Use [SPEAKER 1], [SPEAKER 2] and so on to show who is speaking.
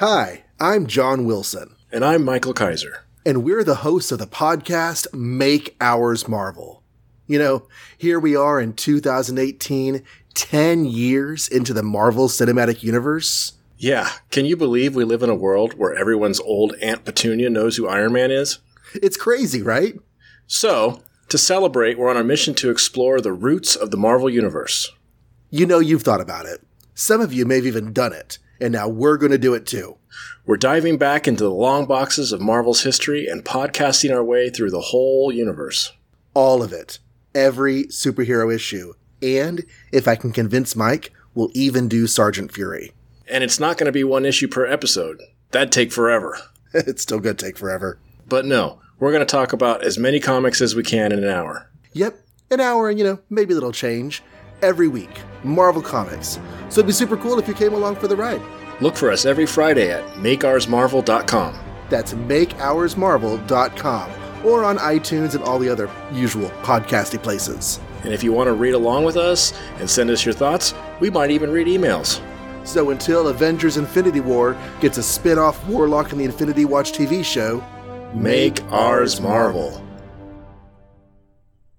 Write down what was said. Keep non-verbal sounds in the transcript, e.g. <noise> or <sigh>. [SPEAKER 1] Hi, I'm John Wilson,
[SPEAKER 2] And I'm Michael Kaiser.
[SPEAKER 1] and we're the hosts of the podcast Make Ours Marvel. You know, here we are in 2018, 10 years into the Marvel Cinematic Universe.
[SPEAKER 2] Yeah, can you believe we live in a world where everyone's old Aunt Petunia knows who Iron Man is?
[SPEAKER 1] It's crazy, right?
[SPEAKER 2] So, to celebrate, we're on a mission to explore the roots of the Marvel Universe.
[SPEAKER 1] You know, you've thought about it. Some of you may have even done it, and now we're going to do it too.
[SPEAKER 2] We're diving back into the long boxes of Marvel's history and podcasting our way through the whole universe.
[SPEAKER 1] All of it. Every superhero issue. And if I can convince Mike, we'll even do Sergeant Fury. <laughs>
[SPEAKER 2] And it's not going to be one issue per episode. That'd take forever.
[SPEAKER 1] it's still going to take forever.
[SPEAKER 2] But no, we're going to talk about as many comics as we can in an hour.
[SPEAKER 1] Yep, an hour and, you know, maybe a little change every week. Marvel Comics. So it'd be super cool if you came along for the ride.
[SPEAKER 2] Look for us every Friday at makeoursmarvel.com.
[SPEAKER 1] That's makeoursmarvel.com or on iTunes and all the other usual podcasty places.
[SPEAKER 2] And if you want to read along with us and send us your thoughts, we might even read emails.
[SPEAKER 1] So until Avengers Infinity War gets a spin off Warlock and the Infinity Watch TV show,
[SPEAKER 2] Make ours Marvel.